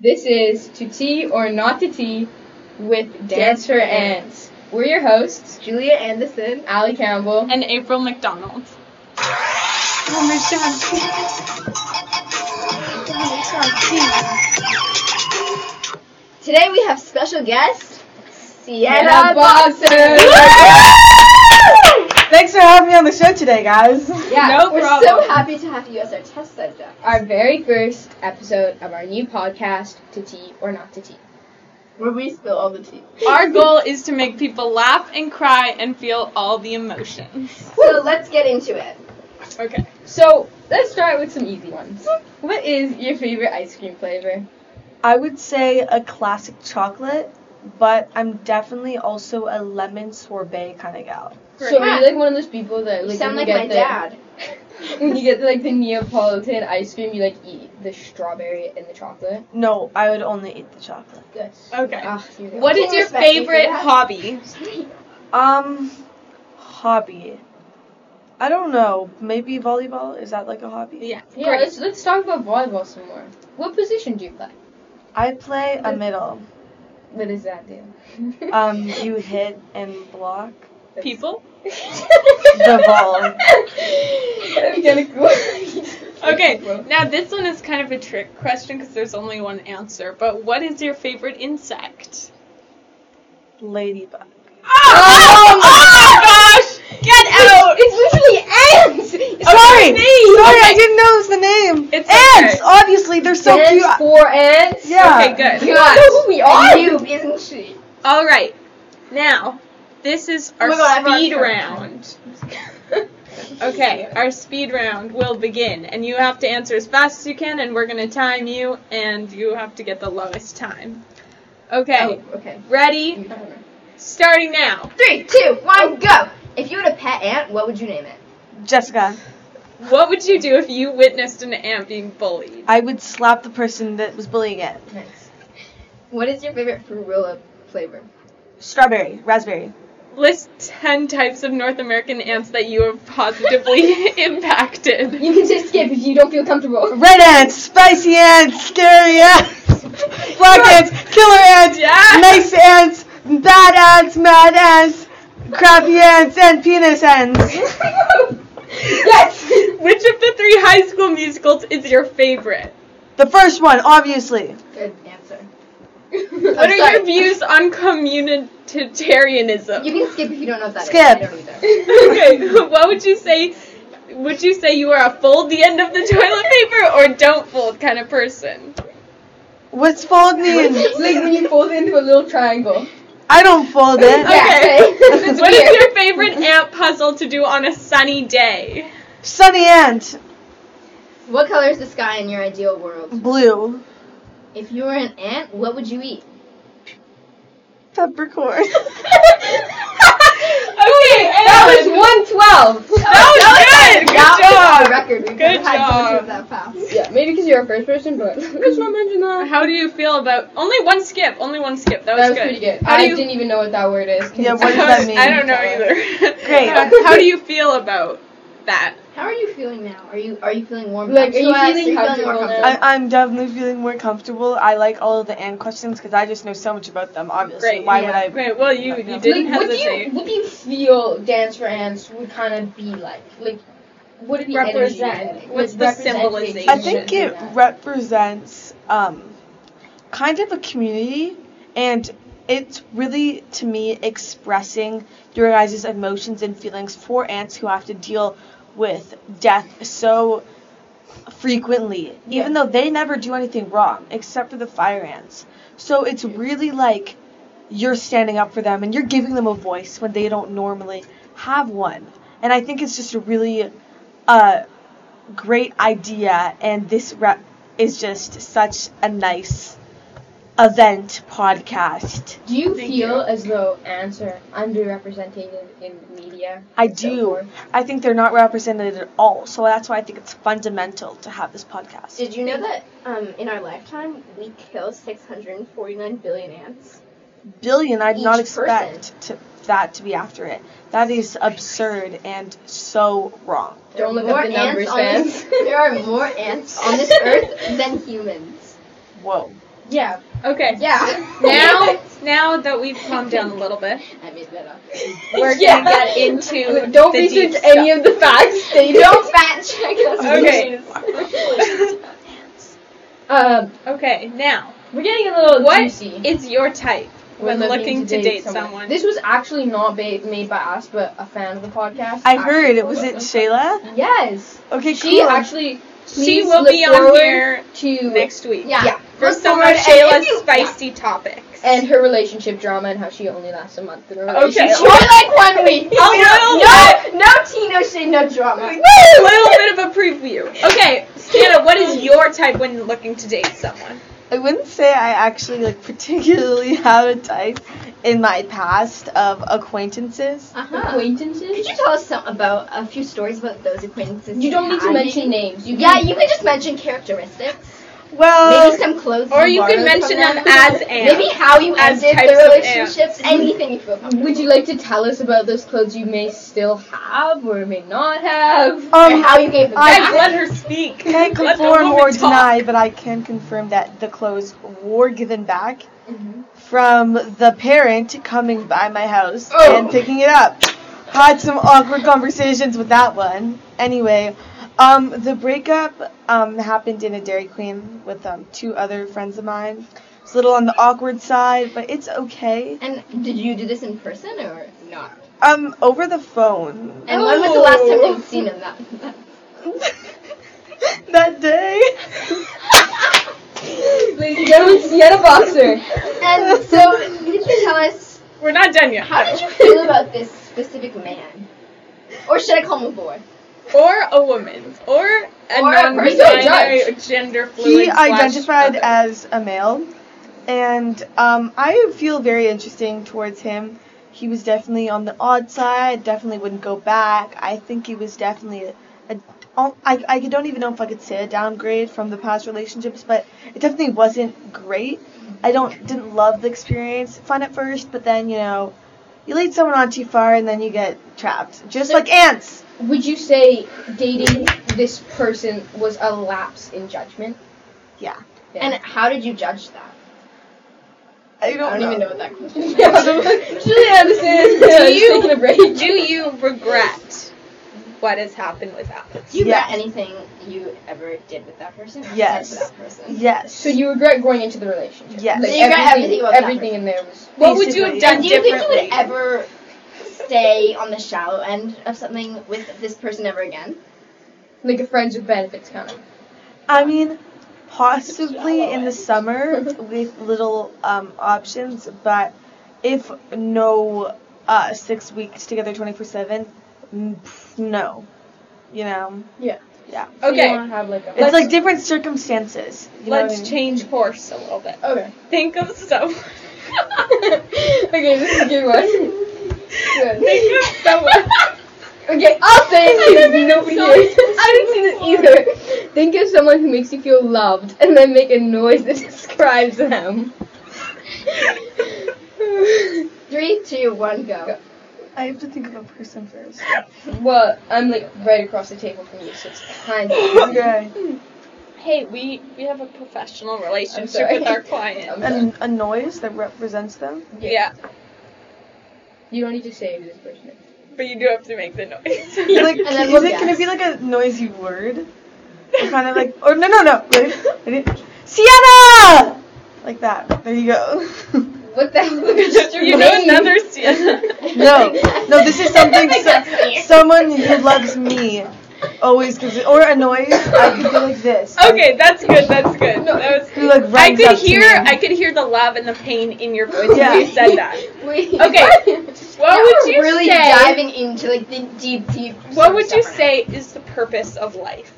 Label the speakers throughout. Speaker 1: This is To Tea or Not to Tea with Dance for Ants. We're your hosts,
Speaker 2: Julia Anderson.
Speaker 1: Allie Campbell.
Speaker 3: and April McDonald.
Speaker 2: Today we have special guest Sienna
Speaker 1: Anna
Speaker 2: Bob.
Speaker 4: Thanks for having me on the show today, guys.
Speaker 2: Yeah,
Speaker 3: No
Speaker 2: we're
Speaker 3: problem.
Speaker 2: so happy to have you as our test subject.
Speaker 1: Our very first episode of our new podcast, To Tea or Not to Tea.
Speaker 2: Where we spill all the tea.
Speaker 3: Our goal is to make people laugh and cry and feel all the emotions.
Speaker 2: So let's get into it.
Speaker 3: Okay.
Speaker 1: So, let's start with some easy ones. What is your favorite ice cream flavor?
Speaker 4: I would say a classic chocolate, but I'm definitely also a lemon sorbet kind of gal.
Speaker 1: So,
Speaker 2: Correct.
Speaker 1: are you like one of those people that
Speaker 2: You
Speaker 1: like
Speaker 2: sound
Speaker 1: when
Speaker 2: like
Speaker 1: you
Speaker 2: my
Speaker 1: get the,
Speaker 2: dad.
Speaker 1: When you get like the Neapolitan ice cream, you like eat the strawberry and the chocolate.
Speaker 4: No, I would only eat the chocolate.
Speaker 1: Yes.
Speaker 3: Okay.
Speaker 4: Uh,
Speaker 1: Ah, you know.
Speaker 3: What
Speaker 2: Can't
Speaker 3: is your
Speaker 2: respect you for
Speaker 3: favorite
Speaker 2: that.
Speaker 3: hobby?
Speaker 4: Um, hobby. I don't know. Maybe volleyball? Is that like a hobby?
Speaker 3: Yeah.
Speaker 1: Yeah, let's let's talk about volleyball some more. What position do you play?
Speaker 4: I play a middle.
Speaker 1: What does that do?
Speaker 4: Um, you hit and block.
Speaker 3: People?
Speaker 1: the
Speaker 4: ball.
Speaker 1: I'm gonna go.
Speaker 3: Okay. Now this one is kind of a trick question because there's only one answer. But what is your favorite insect?
Speaker 4: Ladybug.
Speaker 3: Oh, oh my gosh! Get out!
Speaker 1: It's literally ants.
Speaker 3: Okay.
Speaker 4: Sorry! Sorry, I
Speaker 3: Okay.
Speaker 4: didn't know it was the name.
Speaker 3: It's
Speaker 4: Ants!
Speaker 3: okay.
Speaker 4: Obviously, they're so
Speaker 1: Ants
Speaker 4: cute.
Speaker 1: for ants.
Speaker 4: Yeah.
Speaker 3: Okay, good.
Speaker 1: You don't know who we are.
Speaker 2: Noob, isn't she?
Speaker 3: All right. Now, this is
Speaker 2: Oh
Speaker 3: our
Speaker 2: my God, I forgot
Speaker 3: speed
Speaker 2: to-
Speaker 3: round. Okay, our speed round will begin, and you have to answer as fast as you can, and we're gonna time you, and you have to get the lowest time.
Speaker 1: Oh,
Speaker 3: Okay,
Speaker 1: okay.
Speaker 3: ready? Starting now.
Speaker 2: Three, two, one, go. If you had a pet ant, what would you name it?
Speaker 4: Jessica.
Speaker 3: What would you do if you witnessed an ant being bullied?
Speaker 4: I would slap the person that was bullying it.
Speaker 2: Nice. What is your favorite Fruilla flavor?
Speaker 4: Strawberry, raspberry.
Speaker 3: List 10 types of North American ants that you have positively impacted.
Speaker 1: You can just skip if you don't feel comfortable.
Speaker 4: Red ants, spicy ants, scary ants, black ants, killer ants,
Speaker 3: Yeah.
Speaker 4: nice ants, bad ants, mad ants, crappy ants, and penis ants.
Speaker 1: yes.
Speaker 3: Which of the three high school musicals is your favorite?
Speaker 4: The first one, obviously.
Speaker 2: Good answer.
Speaker 3: What are
Speaker 2: sorry.
Speaker 3: your views on communitarianism?
Speaker 2: You can skip if you don't know what that is.
Speaker 4: Skip.
Speaker 2: I don't either.
Speaker 3: okay, what would you say? Would you say you are a fold the end of the toilet paper or don't fold kind of person?
Speaker 4: What's fold mean?
Speaker 1: It's like when you fold it into a little triangle.
Speaker 4: I don't fold it.
Speaker 3: Okay.
Speaker 1: It's
Speaker 3: What is
Speaker 1: weird.
Speaker 3: your favorite ant puzzle to do on a sunny day?
Speaker 4: Sunny ant,
Speaker 2: What color is the sky in your ideal world?
Speaker 4: blue,
Speaker 2: If you were an ant, what would you eat?
Speaker 4: peppercorn.
Speaker 3: Okay,
Speaker 1: That was
Speaker 3: Ellen.
Speaker 1: 112.
Speaker 3: that was good.
Speaker 2: that
Speaker 3: Good job.
Speaker 2: Was a record.
Speaker 3: Oh, Good
Speaker 2: We've never had
Speaker 3: job.
Speaker 2: someone do that fast.
Speaker 1: Yeah, maybe because you're a first person, but let's not mention that.
Speaker 3: How do you feel about only one skip? Only one skip. That
Speaker 1: That
Speaker 3: was,
Speaker 1: was,
Speaker 3: good.
Speaker 1: pretty good.
Speaker 3: How
Speaker 1: I
Speaker 3: do you?
Speaker 1: didn't even know what that word is. Can
Speaker 4: Yeah,
Speaker 1: you
Speaker 4: what does
Speaker 1: tell
Speaker 4: that
Speaker 1: us?
Speaker 4: mean?
Speaker 3: I don't know either.
Speaker 4: Great.
Speaker 3: How, how do you feel about that?
Speaker 2: How are you feeling now? Are you are you feeling warm?
Speaker 1: Like,
Speaker 2: up
Speaker 1: are
Speaker 2: to
Speaker 1: you
Speaker 2: us?
Speaker 1: feeling
Speaker 2: Are
Speaker 1: comfortable
Speaker 2: more
Speaker 1: now?
Speaker 4: I, I'm definitely feeling more comfortable. I like all of the and questions because I just know so much about them. Obviously,
Speaker 3: Great,
Speaker 4: why
Speaker 2: yeah.
Speaker 4: would I?
Speaker 3: Great. Well, you you didn't
Speaker 1: like, what Do
Speaker 3: hesitate.
Speaker 1: you, what do you feel Dance for Ants would kind of be like? Like, what did the energy
Speaker 3: Represent.
Speaker 1: like?
Speaker 3: What's
Speaker 1: Like,
Speaker 3: the
Speaker 1: representation
Speaker 3: symbolization?
Speaker 4: I think it
Speaker 1: of that?
Speaker 4: represents um, kind of a community, and it's really to me expressing your guys' emotions and feelings for ants who have to deal with death so frequently, even though they never do anything wrong except for the fire ants. So it's really like you're standing up for them and you're giving them a voice when they don't normally have one. And I think it's just a really uh, great idea, and this rep is just such a nice event podcast.
Speaker 1: Do you
Speaker 3: Thank
Speaker 1: feel
Speaker 3: you.
Speaker 1: as though ants are underrepresented in the media?
Speaker 4: I
Speaker 1: and so
Speaker 4: do.
Speaker 1: forth?
Speaker 4: I think they're not represented at all, so that's why I think it's fundamental to have this podcast.
Speaker 2: Did you know that um, in our lifetime we kill 649 billion ants?
Speaker 4: Billion, I'd
Speaker 2: Each
Speaker 4: not
Speaker 2: person.
Speaker 4: expect to, that to be after it. That is absurd and so wrong.
Speaker 2: There
Speaker 1: Don't
Speaker 2: are
Speaker 1: look
Speaker 2: more
Speaker 1: up the numbers,
Speaker 2: ants on this-
Speaker 1: fans.
Speaker 2: There are more ants on this earth than humans.
Speaker 4: Whoa.
Speaker 1: Yeah.
Speaker 3: Okay.
Speaker 2: Yeah.
Speaker 3: Now, now that we've calmed down a little bit,
Speaker 2: I made that up.
Speaker 3: we're
Speaker 1: Yeah.
Speaker 3: gonna get into
Speaker 1: Don't
Speaker 3: the
Speaker 1: research
Speaker 3: deep
Speaker 1: any of the facts stated.
Speaker 2: Don't fact check us.
Speaker 3: Okay.
Speaker 2: please.
Speaker 1: Um,
Speaker 3: stuff. Okay. Now,
Speaker 1: we're getting a little
Speaker 3: What
Speaker 1: juicy.
Speaker 3: it's your type when looking to date someone.
Speaker 1: This was actually not ba- made by us, but a fan of the podcast.
Speaker 4: I
Speaker 1: actually
Speaker 4: heard it.
Speaker 1: told
Speaker 4: Was
Speaker 1: us.
Speaker 4: it Shayla?
Speaker 1: Yes.
Speaker 4: Okay,
Speaker 1: She
Speaker 4: cool.
Speaker 1: actually.
Speaker 3: she
Speaker 1: please
Speaker 3: will
Speaker 1: look
Speaker 3: be on
Speaker 1: forward
Speaker 3: here
Speaker 1: to
Speaker 3: next week
Speaker 2: Yeah.
Speaker 1: Yeah.
Speaker 3: for
Speaker 2: Look
Speaker 3: some of
Speaker 2: forward- and if
Speaker 3: Shayla's
Speaker 2: you-
Speaker 3: spicy topics.
Speaker 1: and her relationship drama and how she only lasts a month in a
Speaker 3: Okay.
Speaker 1: relationship.
Speaker 3: Or
Speaker 1: like one week.
Speaker 3: Oh,
Speaker 2: yeah. No, no Tino shade, no drama.
Speaker 3: A little bit of a preview. Okay, Santa, what is your type when looking to date someone?
Speaker 4: I wouldn't say I actually like particularly have a type in my past of acquaintances.
Speaker 2: Uh-huh. Could
Speaker 1: Acquaintances.
Speaker 2: you tell us some about a few stories about those acquaintances?
Speaker 1: You don't need to
Speaker 2: had?
Speaker 1: mention names. You
Speaker 2: Yeah,
Speaker 1: can-
Speaker 2: you can just mention characteristics.
Speaker 4: Well,
Speaker 2: Maybe some clothes.
Speaker 3: Or you
Speaker 2: borrowed
Speaker 3: can mention
Speaker 2: from
Speaker 3: them as and.
Speaker 2: Maybe how you
Speaker 3: As
Speaker 2: ended
Speaker 3: types
Speaker 2: the
Speaker 3: of
Speaker 2: relationships. Anything you feel comfortable.
Speaker 1: Would you like to tell us about those clothes you may still have or may not have?
Speaker 2: Or
Speaker 4: um,
Speaker 2: how you gave them
Speaker 4: I-
Speaker 3: Guys,
Speaker 2: back.
Speaker 3: let her speak.
Speaker 4: can't
Speaker 3: Let the
Speaker 4: confirm
Speaker 3: woman
Speaker 4: or
Speaker 3: talk.
Speaker 4: deny, but I can confirm that the clothes were given back
Speaker 2: Mm-hmm.
Speaker 1: Mhm.
Speaker 4: from the parent coming by my house
Speaker 1: Oh.
Speaker 4: and picking it up. Had some awkward conversations with that one. Anyway, um, the breakup um, happened in a Dairy Queen with um, two other friends of mine. It's a little on the awkward side, but it's okay.
Speaker 2: And did you do this in person or not?
Speaker 4: Um, over the phone.
Speaker 2: And when was the last time you've seen him? That. that-
Speaker 4: that day.
Speaker 1: Ladies and gentlemen, Sienna Boxer.
Speaker 2: And so, could you tell us
Speaker 3: We're not done yet.
Speaker 2: how did you feel about this specific man? Or should I call him a boy?
Speaker 3: Or a woman. Or a
Speaker 2: Or a person.
Speaker 3: non-binary gender fluid.
Speaker 4: He
Speaker 3: slash
Speaker 4: identified
Speaker 3: other.
Speaker 4: as a male, and um, I feel very interesting towards him. He was definitely on the odd side. Definitely wouldn't go back. I think he was definitely a. a oh, I, I don't even know if I could say a downgrade from the past relationships, but it definitely wasn't great. I don't didn't love the experience. Fun at first, but then you know, you lead someone on too far, and then you get trapped, just
Speaker 1: So-
Speaker 4: like ants.
Speaker 1: Would you say dating this person was a lapse in judgment?
Speaker 4: Yeah.
Speaker 2: And how did you judge that?
Speaker 4: I don't, know.
Speaker 2: what that question
Speaker 1: yeah, Julie Anderson.
Speaker 3: Do you-
Speaker 1: taking a break?
Speaker 3: Do you regret what has happened with Alex?
Speaker 2: Do you
Speaker 4: Yes.
Speaker 2: regret anything you ever did with that person? or said
Speaker 4: Yes.
Speaker 2: To that person?
Speaker 4: Yes.
Speaker 1: So you regret going into the relationship?
Speaker 4: Yes.
Speaker 1: Like
Speaker 2: So you regret everything
Speaker 1: everything,
Speaker 2: about that
Speaker 1: everything in there was.
Speaker 3: What would you have
Speaker 4: Basically.
Speaker 3: done
Speaker 2: And do you think you
Speaker 3: differently?
Speaker 2: would ever stay on the shallow end of something with this person ever again?
Speaker 1: Like a friends with benefits kind of.
Speaker 4: I mean, possibly in the summer with little um, options, but if no uh, six weeks together 24 7, no. You know?
Speaker 1: So you
Speaker 3: Okay.
Speaker 1: wanna have like a-
Speaker 4: It's like different circumstances. You know what I
Speaker 3: Let's
Speaker 4: mean?
Speaker 3: change course a little bit.
Speaker 1: Okay.
Speaker 3: Think of someone.
Speaker 1: okay, this is a good one. Good.
Speaker 3: Think of someone.
Speaker 1: Okay, I'll say Oh, it because nobody
Speaker 3: so-
Speaker 1: is. I didn't see this either. Think of someone who makes you feel loved and then make a noise that describes them.
Speaker 2: Three, two, one, go.
Speaker 4: I have to think of a person first.
Speaker 1: well, I'm like right across the table from you, so it's kind of.
Speaker 4: Okay.
Speaker 3: hey, we we have a professional relationship
Speaker 1: sorry.
Speaker 3: with our client.
Speaker 1: I'm sorry.
Speaker 4: And a noise that represents them?
Speaker 3: Yeah.
Speaker 1: You don't need to say who this person is.
Speaker 3: but you do have to make the noise.
Speaker 4: Like,
Speaker 2: And then
Speaker 4: is
Speaker 2: we'll
Speaker 4: it, can it
Speaker 2: guess.
Speaker 4: be like a noisy word? Or kind of like, or no, no, no. Ready? Ready? Sienna! Like that. There you go.
Speaker 1: What the hell?
Speaker 3: you know another Sienna.
Speaker 4: No, no, this is something so, someone who loves me always gives it, or annoys. I could be like this.
Speaker 3: Okay, that's good. That's good.
Speaker 1: No,
Speaker 3: that was.
Speaker 4: Who like runs
Speaker 3: I could
Speaker 4: up to
Speaker 3: hear.
Speaker 4: me.
Speaker 3: I could hear the love and the pain in your voice
Speaker 4: Yeah.
Speaker 3: when you said that.
Speaker 2: Wait.
Speaker 3: Okay. What
Speaker 2: Now
Speaker 3: would
Speaker 2: we're
Speaker 3: you
Speaker 2: really
Speaker 3: say?
Speaker 2: diving into like the deep, deep.
Speaker 3: what would you
Speaker 2: stuff right
Speaker 3: say is the purpose of life?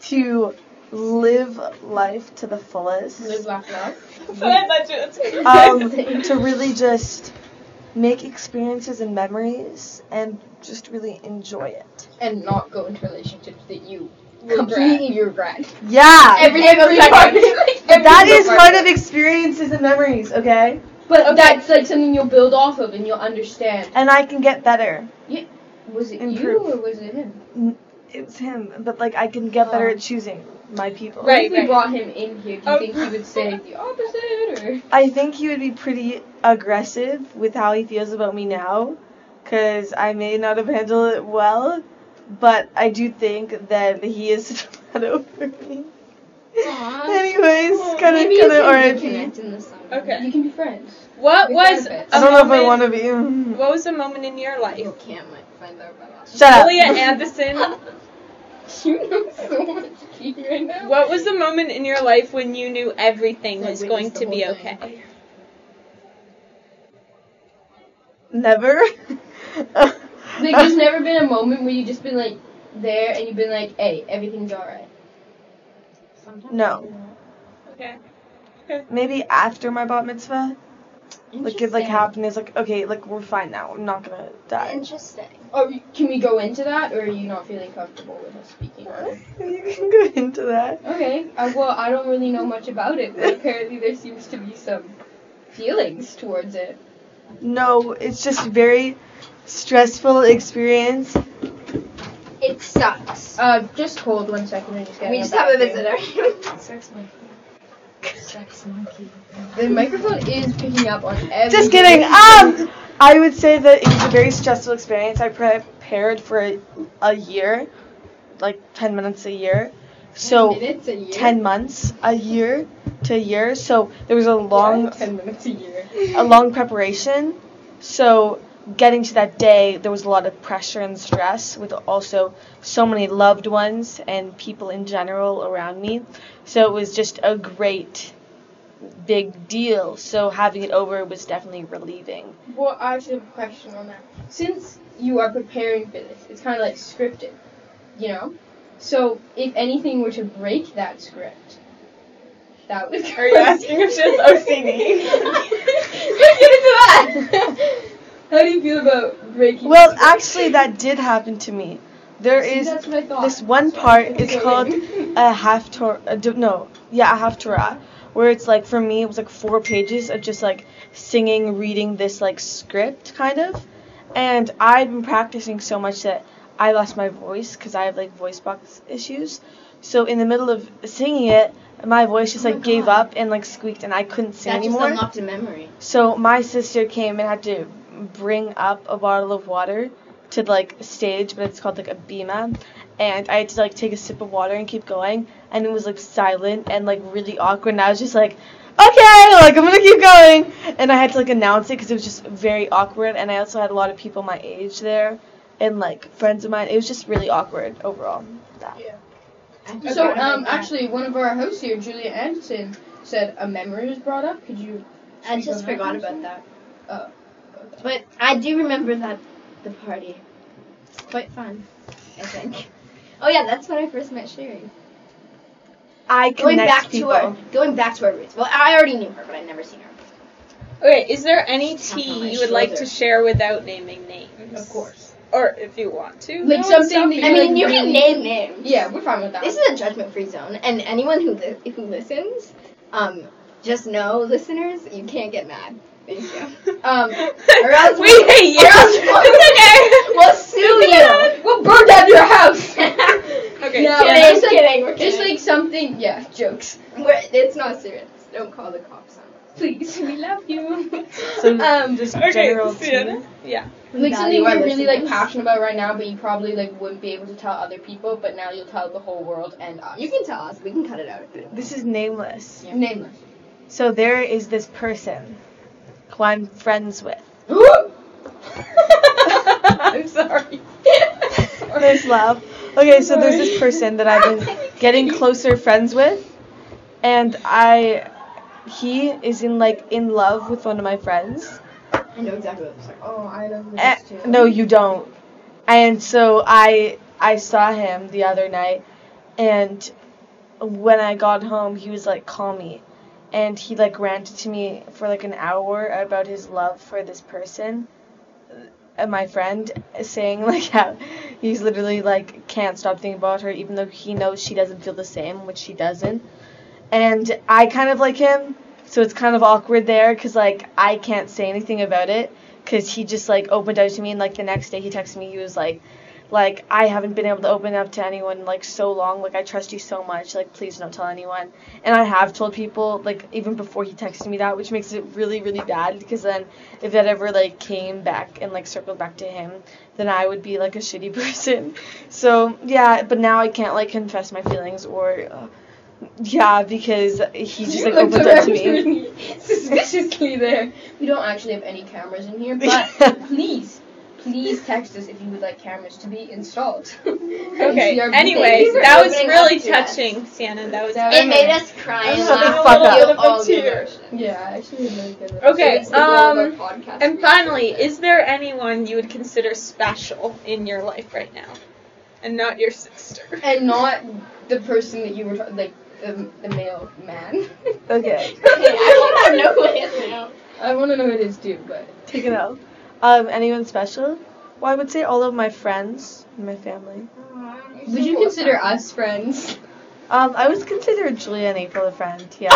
Speaker 4: to live life to the fullest.
Speaker 1: Live, laugh, love.
Speaker 3: That's what I thought you. That's what you
Speaker 4: Um,
Speaker 3: said.
Speaker 4: to really just make experiences and memories and just really enjoy it.
Speaker 1: And not go into relationships that you
Speaker 3: Regret.
Speaker 1: completely regret.
Speaker 4: Yeah.
Speaker 2: Every single
Speaker 1: Every
Speaker 2: second.
Speaker 4: that
Speaker 1: single
Speaker 4: is
Speaker 1: part.
Speaker 4: part of experiences and memories, okay?
Speaker 1: But
Speaker 3: Okay.
Speaker 1: that's like something you'll build off of and you'll understand.
Speaker 4: And I can get better.
Speaker 1: Was it you
Speaker 4: Improve.
Speaker 1: or was it him?
Speaker 4: it's him, but like I can get better at
Speaker 1: Oh.
Speaker 4: choosing my people.
Speaker 3: Right,
Speaker 1: if we
Speaker 3: right.
Speaker 1: brought him in here, do you
Speaker 3: Oh.
Speaker 1: think he would say the opposite or?
Speaker 4: I think he would be pretty aggressive with how he feels about me now, because I may not have handled it well, but I do think that he is flat over me.
Speaker 1: Aw.
Speaker 4: Anyways,
Speaker 1: Well,
Speaker 4: kind of
Speaker 1: maybe you
Speaker 4: kind
Speaker 1: can
Speaker 4: of RIP.
Speaker 1: reconnect in the summer.
Speaker 3: Okay.
Speaker 1: You can be friends.
Speaker 3: What
Speaker 1: We
Speaker 3: was
Speaker 1: benefits.
Speaker 3: a
Speaker 4: I don't know if I
Speaker 3: moment-
Speaker 4: want to be. mm.
Speaker 3: What was a moment in your life?
Speaker 2: You can't might find out about us.
Speaker 4: Shut up.
Speaker 3: Julia Anderson,
Speaker 1: You know so much key right now.
Speaker 3: what was the moment in your life when you knew everything
Speaker 2: Like,
Speaker 3: was
Speaker 2: witness
Speaker 3: going
Speaker 2: the
Speaker 3: to be
Speaker 2: whole thing.
Speaker 3: okay?
Speaker 4: Never.
Speaker 1: Like, there's never been a moment where you've just been like there and you've been like, hey, everything's alright.
Speaker 2: Sometimes
Speaker 4: no.
Speaker 3: Okay.
Speaker 4: Maybe after my bat mitzvah, like it like
Speaker 2: Interesting.
Speaker 4: happened. It's like okay, like we're fine now. I'm not gonna die.
Speaker 2: Interesting.
Speaker 1: Or can we go into that, or are you not feeling comfortable with us speaking on it?
Speaker 4: you can go into that.
Speaker 1: Okay. Uh, well, I don't really know much about it, but apparently there seems to be some feelings towards it.
Speaker 4: No, it's just a very stressful experience.
Speaker 2: It sucks.
Speaker 1: Uh, just hold one second. I'm just getting
Speaker 2: we just have a
Speaker 1: vacuum.
Speaker 2: visitor.
Speaker 1: The microphone is picking up on everything.
Speaker 4: Just kidding. Um, I would say that it was a very stressful experience. I prepared for a, a year, like ten minutes a year. So
Speaker 1: minutes a year.
Speaker 4: ten months a year to a year. So there was a long
Speaker 1: Yeah, ten minutes a year.
Speaker 4: a long preparation. So getting to that day, there was a lot of pressure and stress with also so many loved ones and people in general around me. So it was just a great big deal. So having it over was definitely relieving.
Speaker 1: Well, I actually have a question on that. Since you are preparing for this, it's kind of like scripted, you know? So, if anything were to break that script, that would.
Speaker 3: Are you asking if she has OCD?
Speaker 1: Let's get into that! How do you feel about breaking
Speaker 4: Well,
Speaker 1: the script?
Speaker 4: actually that did happen to me. There
Speaker 1: See,
Speaker 4: is
Speaker 1: that's what I thought.
Speaker 4: this one
Speaker 1: So I
Speaker 4: part
Speaker 1: think
Speaker 4: it's
Speaker 1: it's
Speaker 4: called uh,
Speaker 1: going.
Speaker 4: a half Torah. No, yeah, a half Torah, where it's like for me it was like four pages of just like singing, reading this like script kind of, and I'd been practicing so much that I lost my voice because I have like voice box issues. So in the middle of singing it, my voice just
Speaker 2: Oh my
Speaker 4: like gave
Speaker 2: God.
Speaker 4: up and like squeaked, and I couldn't sing
Speaker 2: That just
Speaker 4: anymore.
Speaker 2: unlocked a memory.
Speaker 4: So my sister came and had to bring up a bottle of water to like stage, but it's called like a bima, and I had to like take a sip of water and keep going, and it was like silent and like really awkward, and I was just like, okay, like I'm gonna keep going, and I had to like announce it because it was just very awkward, and I also had a lot of people my age there, and like friends of mine. It was just really awkward overall. That.
Speaker 2: I
Speaker 1: So,
Speaker 2: forgot about
Speaker 1: um,
Speaker 2: that.
Speaker 1: actually, one of our hosts here, Julia Anderson, said a memory was brought up. Could you.
Speaker 2: I
Speaker 1: speak
Speaker 2: just
Speaker 1: on that
Speaker 2: forgot
Speaker 1: for a
Speaker 2: about
Speaker 1: second?
Speaker 2: that.
Speaker 1: Oh.
Speaker 2: But I do remember that the party. It's quite fun, I think. Oh yeah, that's when I first met Sherry.
Speaker 4: I connect
Speaker 2: Going back
Speaker 4: people.
Speaker 2: to our going back to our roots. Well, I already knew her, but I'd never seen her.
Speaker 3: Okay, is there any
Speaker 2: It's not on my
Speaker 3: tea you would like to
Speaker 2: shoulder.
Speaker 3: share without naming names?
Speaker 1: Of course.
Speaker 3: Or if you want to.
Speaker 1: Like
Speaker 3: No,
Speaker 1: something
Speaker 3: stop
Speaker 1: that
Speaker 3: it.
Speaker 1: you
Speaker 2: I mean,
Speaker 1: like
Speaker 2: you
Speaker 1: really-
Speaker 2: can name names.
Speaker 1: Yeah, we're fine with that.
Speaker 2: This is a judgment-free zone, and anyone who li- who listens, um, just know, listeners, you can't get mad. Thank you.
Speaker 1: Um,
Speaker 2: Or else
Speaker 3: we hate you.
Speaker 2: or else we'll-
Speaker 3: It's okay.
Speaker 2: We'll sue you.
Speaker 1: we'll burn down your house!
Speaker 3: Okay.
Speaker 1: No,
Speaker 3: yeah.
Speaker 1: it's
Speaker 2: Kidding,
Speaker 1: like-
Speaker 2: kidding, we're
Speaker 1: Just
Speaker 2: kidding.
Speaker 1: like something, yeah, jokes.
Speaker 2: We're, it's not serious. Don't call the cops on us.
Speaker 1: Please, we love you.
Speaker 4: So
Speaker 1: um,
Speaker 4: just
Speaker 3: Okay,
Speaker 4: general
Speaker 3: Sienna?
Speaker 4: tea.
Speaker 3: Yeah.
Speaker 1: like
Speaker 2: Value
Speaker 1: something
Speaker 2: our
Speaker 1: you're really like
Speaker 2: listeners.
Speaker 1: passionate about right now, but you probably like wouldn't be able to tell other people, but now you'll tell the whole world and us.
Speaker 2: You can tell us. We can cut it out if you want.
Speaker 4: This is nameless.
Speaker 2: Yeah.
Speaker 1: nameless.
Speaker 4: So there is this person who I'm friends with.
Speaker 3: I'm sorry.
Speaker 4: There's love. Okay, so there's this person that I've been getting closer friends with, and I, he is in like in love with one of my friends.
Speaker 2: I know exactly what I'm saying.
Speaker 1: Oh, I know who
Speaker 4: Eh, no, you don't. And so I I saw him the other night, and when I got home, he was like, "Call me," and he like ranted to me for like an hour about his love for this person, uh, my friend, saying like how he's literally like can't stop thinking about her, even though he knows she doesn't feel the same, which she doesn't. And I kind of like him, so it's kind of awkward there, cause like I can't say anything about it because he just like opened up to me and like the next day he texted me he was like like I haven't been able to open up to anyone in, like so long. Like I trust you so much. Like please don't tell anyone. And I have told people like even before he texted me that, which makes it really really bad because then if that ever like came back and like circled back to him, then I would be like a shitty person. So yeah, but now I can't like confess my feelings or. Uh, yeah, because he just like opened up to me.
Speaker 1: suspiciously there. We don't actually have any cameras in here, but please, please text us if you would like cameras to be installed.
Speaker 3: Okay.
Speaker 1: See our
Speaker 3: Anyways,
Speaker 1: big-
Speaker 3: that was
Speaker 2: opening
Speaker 3: really
Speaker 2: up to us.
Speaker 3: touching, Sienna. That was.
Speaker 1: That
Speaker 2: It made us cry.
Speaker 4: I'm
Speaker 2: and
Speaker 4: shut the
Speaker 2: laugh.
Speaker 4: fuck up.
Speaker 2: You
Speaker 3: Up
Speaker 2: all
Speaker 3: to
Speaker 2: did.
Speaker 3: here.
Speaker 1: Yeah, actually, really good.
Speaker 3: Okay,
Speaker 1: It's the goal of our
Speaker 3: um,
Speaker 1: podcast.
Speaker 3: And finally, is there anyone you would consider special in your life right now, and not your sister?
Speaker 1: and not the person that you were ta- like the, the male man.
Speaker 4: Okay,
Speaker 2: Okay, I want to know who it is now.
Speaker 1: I want to know who it is too, but
Speaker 4: take it out. Um, anyone special? Well, I would say all of my friends, and my family.
Speaker 1: would you consider us friends?
Speaker 4: Um, I would consider Julia and April a friend. Yeah,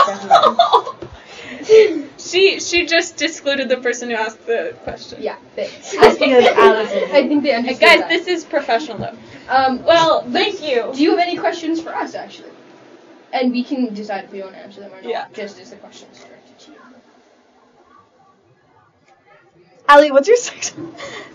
Speaker 4: definitely.
Speaker 3: she she just excluded the person who asked the question.
Speaker 1: Yeah, thanks.
Speaker 4: That's because Allison-
Speaker 1: I think they
Speaker 3: And
Speaker 1: understand.
Speaker 3: guys,
Speaker 1: that.
Speaker 3: this is professional though.
Speaker 1: Um,
Speaker 3: Well, thank you.
Speaker 1: Do you have any questions for us, actually? And we can decide if we want to answer them or not,
Speaker 3: Yeah.
Speaker 1: just as the question is directed to you.
Speaker 4: Ali, what's your sex?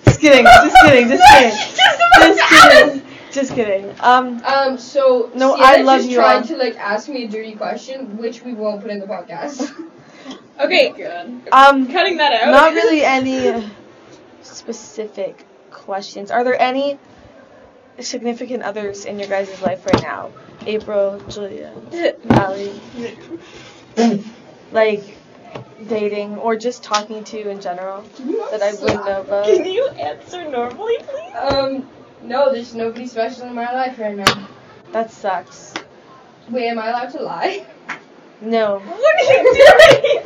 Speaker 4: just kidding. Just kidding. Just kidding. Just kidding. Just kidding. Um,
Speaker 1: Um, so
Speaker 4: No,
Speaker 1: Sienna
Speaker 4: I love
Speaker 1: just
Speaker 4: you
Speaker 1: tried
Speaker 4: all.
Speaker 1: to like ask me a dirty question, which we won't put in the podcast.
Speaker 3: Okay,
Speaker 4: um,
Speaker 3: cutting that out.
Speaker 4: not really any specific questions. Are there any significant others in your guys' life right now? April, Julia, Ali, like dating or just talking to in general that I wouldn't know
Speaker 3: Can
Speaker 4: about.
Speaker 3: you answer normally, please?
Speaker 4: Uh,
Speaker 1: Um, no, there's nobody special in my life right now.
Speaker 4: That sucks.
Speaker 1: Wait, am I allowed to lie?
Speaker 4: No.
Speaker 3: What are you doing?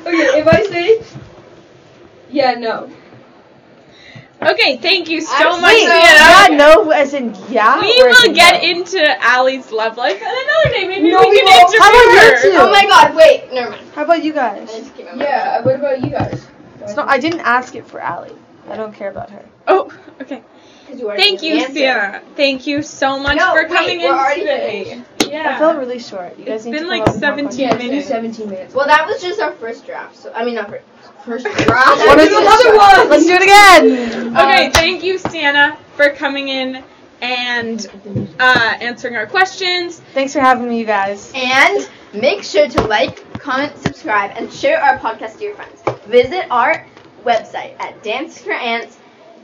Speaker 1: Okay, if I say, yeah, no.
Speaker 3: Okay, thank you so
Speaker 4: Actually,
Speaker 3: much,
Speaker 4: yeah,
Speaker 3: Sienna.
Speaker 4: no, as in yeah.
Speaker 3: Oh We
Speaker 4: or as
Speaker 3: will
Speaker 4: in
Speaker 3: get
Speaker 4: no.
Speaker 3: into Allie's love life and another day. Maybe
Speaker 4: No,
Speaker 3: we,
Speaker 4: we
Speaker 3: can
Speaker 4: won't.
Speaker 3: interview
Speaker 4: How about
Speaker 3: her.
Speaker 4: you two?
Speaker 2: Oh my god, wait, never mind.
Speaker 4: How about you
Speaker 2: I
Speaker 4: guys?
Speaker 2: just keep my mouth
Speaker 1: Yeah, what about you guys?
Speaker 4: It's not, I didn't ask it for Allie. I don't care about her.
Speaker 3: Oh, okay.
Speaker 2: shut, 'cause already
Speaker 3: Thank
Speaker 2: knew
Speaker 3: you,
Speaker 2: the answer.
Speaker 3: Sienna. Thank you so much
Speaker 2: No,
Speaker 3: for
Speaker 2: wait,
Speaker 3: coming
Speaker 2: we're
Speaker 3: in
Speaker 2: already
Speaker 3: today.
Speaker 2: finished.
Speaker 3: Yeah.
Speaker 4: I felt really short. You guys
Speaker 3: It's
Speaker 4: need
Speaker 3: been
Speaker 4: to
Speaker 3: like
Speaker 4: come up with more
Speaker 3: 17
Speaker 1: Yeah,
Speaker 4: questions.
Speaker 1: it's been 17 minutes.
Speaker 2: Well, that was just our first draft, so I mean, not first.
Speaker 1: First
Speaker 2: draft.
Speaker 4: What is another one? Let's do it again.
Speaker 3: Okay, thank you, Sienna, for coming in and uh, answering our questions.
Speaker 4: Thanks for having me, you guys.
Speaker 2: And make sure to like, comment, subscribe, and share our podcast to your friends. Visit our website at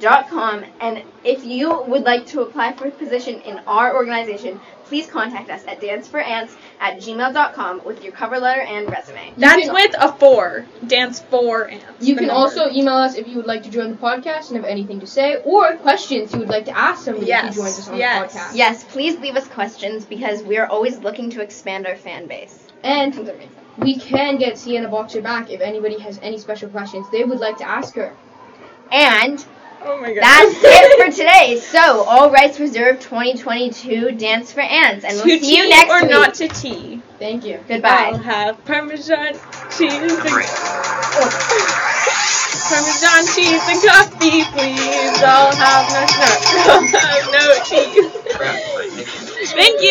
Speaker 2: danceforants.com. And if you would like to apply for a position in our organization, please contact us at danceforants at gmail.com with your cover letter and resume.
Speaker 3: That's
Speaker 1: can-
Speaker 3: with a four. Dance four and.
Speaker 1: You can also email us if you would like to join the podcast and have anything to say, or questions you would like to ask somebody
Speaker 3: Yes,
Speaker 1: who joins us on
Speaker 3: yes.
Speaker 1: the podcast.
Speaker 2: Yes, please leave us questions because we are always looking to expand our fan base.
Speaker 1: And we can get Sienna Boxer back if anybody has any special questions they would like to ask her.
Speaker 2: And
Speaker 3: Oh my god.
Speaker 2: That's it for today. So, All Rights Reserved 2022 Dance for Ants. And
Speaker 3: To
Speaker 2: we'll see
Speaker 3: tea
Speaker 2: you next
Speaker 3: or
Speaker 2: week.
Speaker 3: not to tea.
Speaker 1: Thank you.
Speaker 2: Goodbye.
Speaker 3: I'll have Parmesan cheese and Parmesan cheese and coffee, please. I'll have no, no, I'll have no cheese. Thank you.